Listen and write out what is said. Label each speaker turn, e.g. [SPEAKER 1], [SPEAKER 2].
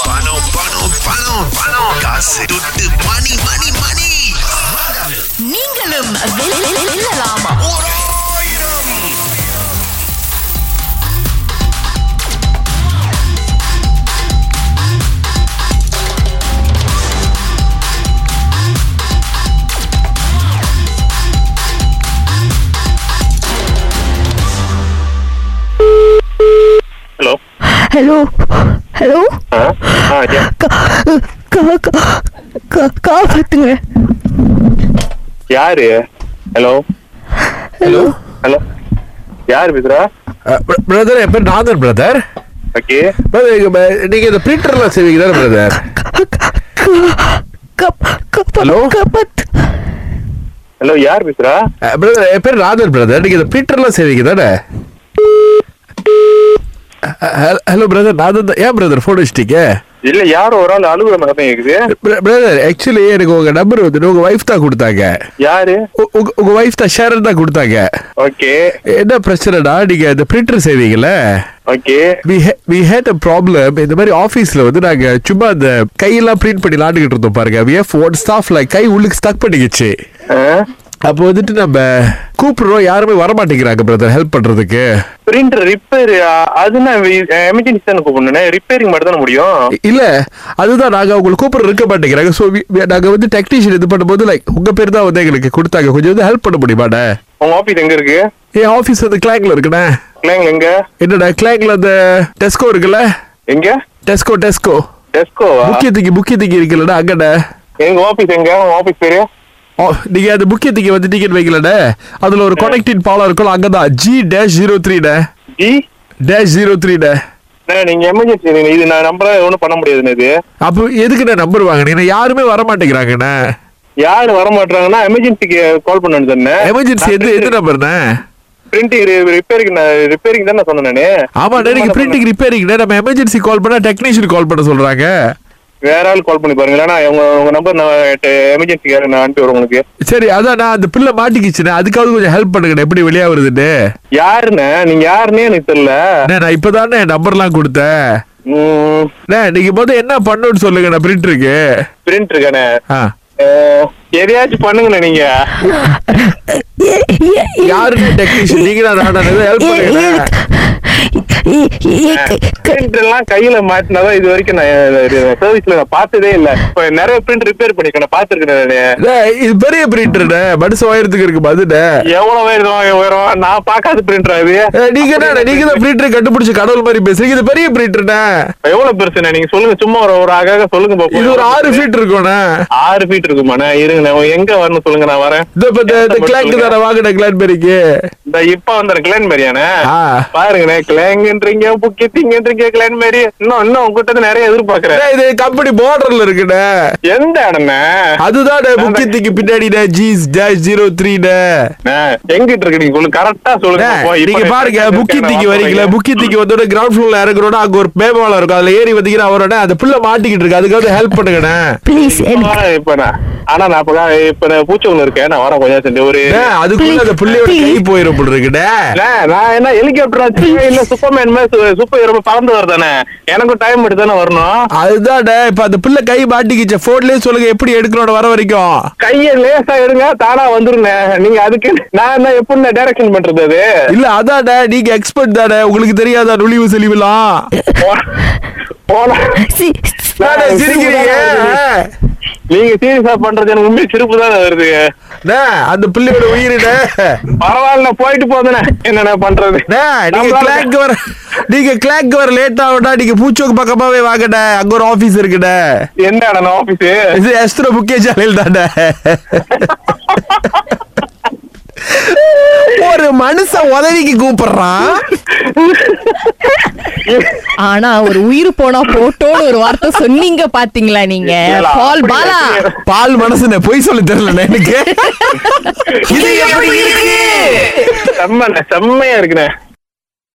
[SPEAKER 1] பணம் பணம் பணம் பணம் காசு துட்டு மணி மணி மணி
[SPEAKER 2] நீங்களும் வெல்- வெல்- வெல்லலாமா
[SPEAKER 3] ஹலோ
[SPEAKER 4] ஹலோ ஹலோ
[SPEAKER 3] ஆ ஆ யா
[SPEAKER 4] கா பத்துங்க
[SPEAKER 3] யாரு ஹலோ
[SPEAKER 4] ஹலோ
[SPEAKER 3] ஹலோ யார் பேசுறா
[SPEAKER 5] பிரதர் என் பேர் நாதன் பிரதர்
[SPEAKER 3] ஓகே
[SPEAKER 5] பிரதர் இங்க ப- நீங்க இந்த பிரிண்டர்லாம் செய்வீங்க தானே பிரதர் Hello?
[SPEAKER 4] கபத்
[SPEAKER 3] ஹலோ யார் பேசுறா
[SPEAKER 5] பிரதர் என் பேர் நாதன் பிரதர் நீங்க இந்த பிரிண்டர்லாம் செய்வீங்க தானே ஹலோ பிரதர் நாதன் தான் ஏன் பிரதர் ஃபோன் வச்சிட்டீங்க
[SPEAKER 3] இல்ல யாரோ ஒரு ஆள் அழுகுற மாதிரி இருக்குது
[SPEAKER 5] பிரதர் ஆக்சுவலி எனக்கு உங்க நம்பர் வந்துட்டு உங்க ஒய்ஃப் தான் கொடுத்தாங்க
[SPEAKER 3] யாரு
[SPEAKER 5] உ- உங்க உங்க ஒய்ஃப் தான் ஷேரன் தான் கொடுத்தாங்க
[SPEAKER 3] ஓகே
[SPEAKER 5] என்ன பிரச்சனைனா நீங்க இந்த பிரிண்டர் செய்வீங்கல்ல
[SPEAKER 3] okay
[SPEAKER 5] we ha- we had a problem இந்த மாதிரி ஆஃபீஸில் வந்து நாங்கள் சும்மா அந்த கையெல்லாம் பிரிண்ட் பண்ணி விளாண்டுக்கிட்டு இருந்தோம் பாருங்க we have one ஸ்டாஃப்ல கை உள்ளுக்கு ஸ்டக் பண்ணிக்கிச்சு அப்போ வந்துட்டு நம்ம கூப்பிடுறோம் யாருமே வரமாட்டேங்கிறாங்க பிரதர் ஹெல்ப் பண்ணுறதுக்கு
[SPEAKER 3] பிரிண்டர் ரிப்பேர் அதுனா எமர்ஜென்சி தானே கூப்பிடணும் ரிப்பேரிங் மட்டும் தானே முடியும்
[SPEAKER 5] இல்லை அதுதான் நாங்கள் அவங்களுக்கு கூப்பிட இருக்க மாட்டேங்கிறாங்க ஸோ நாங்கள் வந்து டெக்னீஷியன் இது பண்ணும்போது லைக் உங்கள் பேர் தான் வந்து எங்களுக்கு கொடுத்தாங்க கொஞ்சம் வந்து ஹெல்ப் பண்ண முடியுமாண்ணே
[SPEAKER 3] உங்க ஆபீஸ் எங்க இருக்கு
[SPEAKER 5] என் ஆஃபீஸ் வந்து கிளாங்கில் இருக்குண்ணே
[SPEAKER 3] கிளைங் எங்க
[SPEAKER 5] என்னடா கிளாங்கில் அந்த டெஸ்கோ இருக்குல்ல
[SPEAKER 3] எங்க
[SPEAKER 5] டெஸ்கோ டெஸ்கோ
[SPEAKER 3] டெஸ்கோவா
[SPEAKER 5] முக்கியத்துக்கு முக்கியத்துக்கு இருக்குல்லடா அங்கண்ணே
[SPEAKER 3] எங்க ஆபீஸ் எங்க உங்க ஆபீஸ் பேரு
[SPEAKER 5] ஓ நீங்க அந்த முக்கியத்துக்கு வந்துட்டீங்கன்னு வைக்கலடே அதுல ஒரு கனெக்டிங் பாலம் இருக்கும்ல அங்கதான் G dash zero three D
[SPEAKER 3] G
[SPEAKER 5] dash zero three D
[SPEAKER 3] அண்ணா, நீங்க எமர்ஜென்சி இது நான் நம்பரா ஒன்றும் பண்ண முடியாதுண்ணே இது
[SPEAKER 5] அப்போ எதுக்குடா நம்பர் வாங்கினீங்க யாருமே வர மாட்டேங்கிறாங்கண்ணே
[SPEAKER 3] யாரு வர மாட்டாங்கன்னா எமர்ஜென்சிக்கு கால் பண்ணணும் தானே
[SPEAKER 5] எமர்ஜென்சி எது எது நம்பர்ண்ணே
[SPEAKER 3] பிரிண்டிங் ரிப்பேரிங் ரிப்பேரிங் தான் நான் சொன்னேன் நானு.
[SPEAKER 5] ஆமாண்ணே நீங்க
[SPEAKER 3] சும்மா
[SPEAKER 5] பிரிண்டிங் ரிப்பேரிங்ண்ணே நம்ம எமர்ஜென்சி கால் பண்ணா டெக்னீஷியன் கால் பண்ண சொல்றாங்க
[SPEAKER 3] வேற ஆள் கால் பண்ணி பாருங்க இல்லைன்னா உங்க உங்க நம்பர் நான் எமர்ஜென்சிக்கு நான் அனுப்பி விடுறேன் உங்களுக்கு
[SPEAKER 5] சரி அதான் நான் அந்த பிள்ளை மாட்டிக்கிச்சுண்ணே அதுக்காவது கொஞ்சம் ஹெல்ப் பண்ணுங்கண்ணே எப்படி வெளியா வருதுன்னு
[SPEAKER 3] யாருண்ணே நீங்க யாருன்னே எனக்கு தெரியல
[SPEAKER 5] அண்ணே, நான் இப்பதானே நம்பர்லாம் கொடுத்தேன்
[SPEAKER 3] ம்,
[SPEAKER 5] அண்ணே, நீங்க முதல்ல என்ன பண்ணணும்னு சொல்லுங்கண்ணே பிரிண்டருக்கு
[SPEAKER 3] பிரிண்ட் இருக்கானே
[SPEAKER 5] ஆ
[SPEAKER 3] அஹ், எதையாச்சும் பண்ணுங்கண்ணே நீங்க
[SPEAKER 5] யாருமே டெக்னீஷியன் நீங்களா நானா ஹெல்ப் பண்ணுங்க
[SPEAKER 3] பிரிண்ட் எல்லாம் கையில மாட்டினாதான் இது வரைக்கும் நான் சர்வீஸ்ல நான் பார்த்ததே இல்ல இப்ப நிறைய பிரிண்ட் ரிப்பேர் பண்ணிருக்கேன் பாத்துருக்கேன் நானு
[SPEAKER 5] டேய், இது பெரிய பிரிண்டர்டே மனுஷ உயரத்துக்கு இருக்கு பாத்துட்டே
[SPEAKER 3] எவ்வளவு உயரம் உயரம் நான் பார்க்காத பிரிண்டர் அது
[SPEAKER 5] நீங்க என்ன நீங்க தான் பிரிண்டர் கண்டுபிடிச்ச கடவுள் மாதிரி பேசுறீங்க இது பெரிய பிரிண்டர்டே
[SPEAKER 3] எவ்வளவு பெருசுண்ணே நீங்க சொல்லுங்க சும்மா ஒரு ஒரு அழகாக சொல்லுங்க பாப்போம்.
[SPEAKER 5] இது ஒரு ஆறு ஃபீட் இருக்கும்ண்ணே
[SPEAKER 3] ஆறு ஃபீட் இருக்குமாண்ணே இருங்கண்ணே உங்க எங்க வரணும் சொல்லுங்க நான் வரேன்
[SPEAKER 5] இந்த இப்ப இந்த- இந்த கிளாக் தானே வாங்கின கிளாக் பெருக்கு
[SPEAKER 3] இந்த இப்ப வந்துடுறேன் கிளான் மேரியானே
[SPEAKER 5] ஆ.
[SPEAKER 3] பாருங்கண்ணே கிளாங்கன்றீங்க புக்கித்திங்கன்றீங்க கிளான் மேரி இன்னும் இன்னும் உங்ககிட்ட இருந்து நிறைய எதிர்பார்க்கறேன்
[SPEAKER 5] இது கம்பெனி பார்டர்ல இருக்குண்ணே
[SPEAKER 3] எந்த இடம்ண்ணே
[SPEAKER 5] அதுதான் முக்கியத்துக்கு பின்னாடிண்ணே ஜீஸ் டேஷ் ஜீரோ த்ரீண்ணே
[SPEAKER 3] அண்ணே, எங்கிட்ட இருக்கு நீங்க சொல்லுங்க கரெக்டா சொல்லுங்க பாப்போம். இப்ப
[SPEAKER 5] நீங்க
[SPEAKER 3] நான்
[SPEAKER 5] பாருங்க
[SPEAKER 3] எங்க
[SPEAKER 5] முக்கிய
[SPEAKER 3] இருக்கேன்னு
[SPEAKER 5] தீக்கு
[SPEAKER 3] நான்
[SPEAKER 5] வரீங்களா
[SPEAKER 3] பாக்குறேன்.
[SPEAKER 5] முக்கிய தீக்கு வந்தோட கிரவுண்ட் ஃபுளோர்ல இறங்குறோட அங்க ஒரு பேபாலம் இருக்கும் அதுல ஏறி வந்தீங்கன்னா அவரோட அந்த பிள்ளை மாட்டிக்கிட்டு இருக்கு அதுக்காவது ஹெல்ப் பண்ணுங்கண்ணே
[SPEAKER 4] ப்ளீஸ்
[SPEAKER 3] இப்ப வரேன் இப்ப நான் ஆனா நான் இப்ப நான் இப்ப நான் பூச்சவங்க இருக்கேன் நான் வரேன் கொஞ்சம் சென்று ஒரு
[SPEAKER 5] டேய், அதுக்குள்ள அந்த புள்ளியோட கை போயிரும் போல இருக்குடே
[SPEAKER 3] அண்ணே, நான் என்ன ஹெலிகாப்டர் வச்சிருக்கேன் இல்ல சூப்பர்மேன் மாதிரி சூப்பர் ஹீரோ பறந்து வருதானே எனக்கும் டைம் எடுத்து தானே வரணும்
[SPEAKER 5] அதுதான் டேய், இப்ப அந்த புள்ள கை மாட்டிக்கிச்ச போன்லயே சொல்லுங்க எப்படி எடுக்கணும் வர வரைக்கும்
[SPEAKER 3] கையை லேசா எடுங்க தானா வந்துருங்க நீங்க அதுக்கு நான் என்ன எப்படி டைரக்ஷன் பண்றது அது
[SPEAKER 5] இல்ல அதான் டேய், நீங்க எக்ஸ்பர்ட் தானே உங்களுக்கு தெரியாதா நுழிவு செலிவுலாம்
[SPEAKER 3] போ- போனா
[SPEAKER 5] டேய், டேய், சிரிக்கிறீங்க
[SPEAKER 3] நீங்க சீரியஸா பண்றது எனக்கு உண்மையில சிரிப்பு தான் வருது
[SPEAKER 5] டேய், அந்த பிள்ளையோட உயிரிட
[SPEAKER 3] பரவாயில்ல போயிட்டு போதுனே என்னண்ணே பண்றது
[SPEAKER 5] நீங்க
[SPEAKER 3] நம்மளால-
[SPEAKER 5] கிளாக் வர நீங்க கிளாக் வர லேட் ஆகும்டா நீங்க பூச்சோக்கு பக்கமாவே வாங்கடா அங்க ஒரு ஆபீஸ் இருக்குடா
[SPEAKER 3] என்ன இடம் ஆபீஸ்
[SPEAKER 5] இது எஸ்ட்ரோ புக்கே ஜாலியில் தாண்டா ஒரு மனுஷன் உதவிக்கு கூப்பிடுறான்
[SPEAKER 2] ஆனா ஒரு உயிர் போனா போட்டோன்னு ஒரு வார்த்தை சொன்னீங்க பாத்தீங்களா நீங்க
[SPEAKER 3] இல்லடா,
[SPEAKER 2] பால்
[SPEAKER 3] அப்படி
[SPEAKER 2] பாலா
[SPEAKER 3] வச்சுக்கிறேன்.
[SPEAKER 5] பால் மனசுன பொய் சொல்ல தெரியல எனக்கு இது எப்படி இருக்கு
[SPEAKER 3] செம்மண்ணே செம்மையா இருக்குண்ணே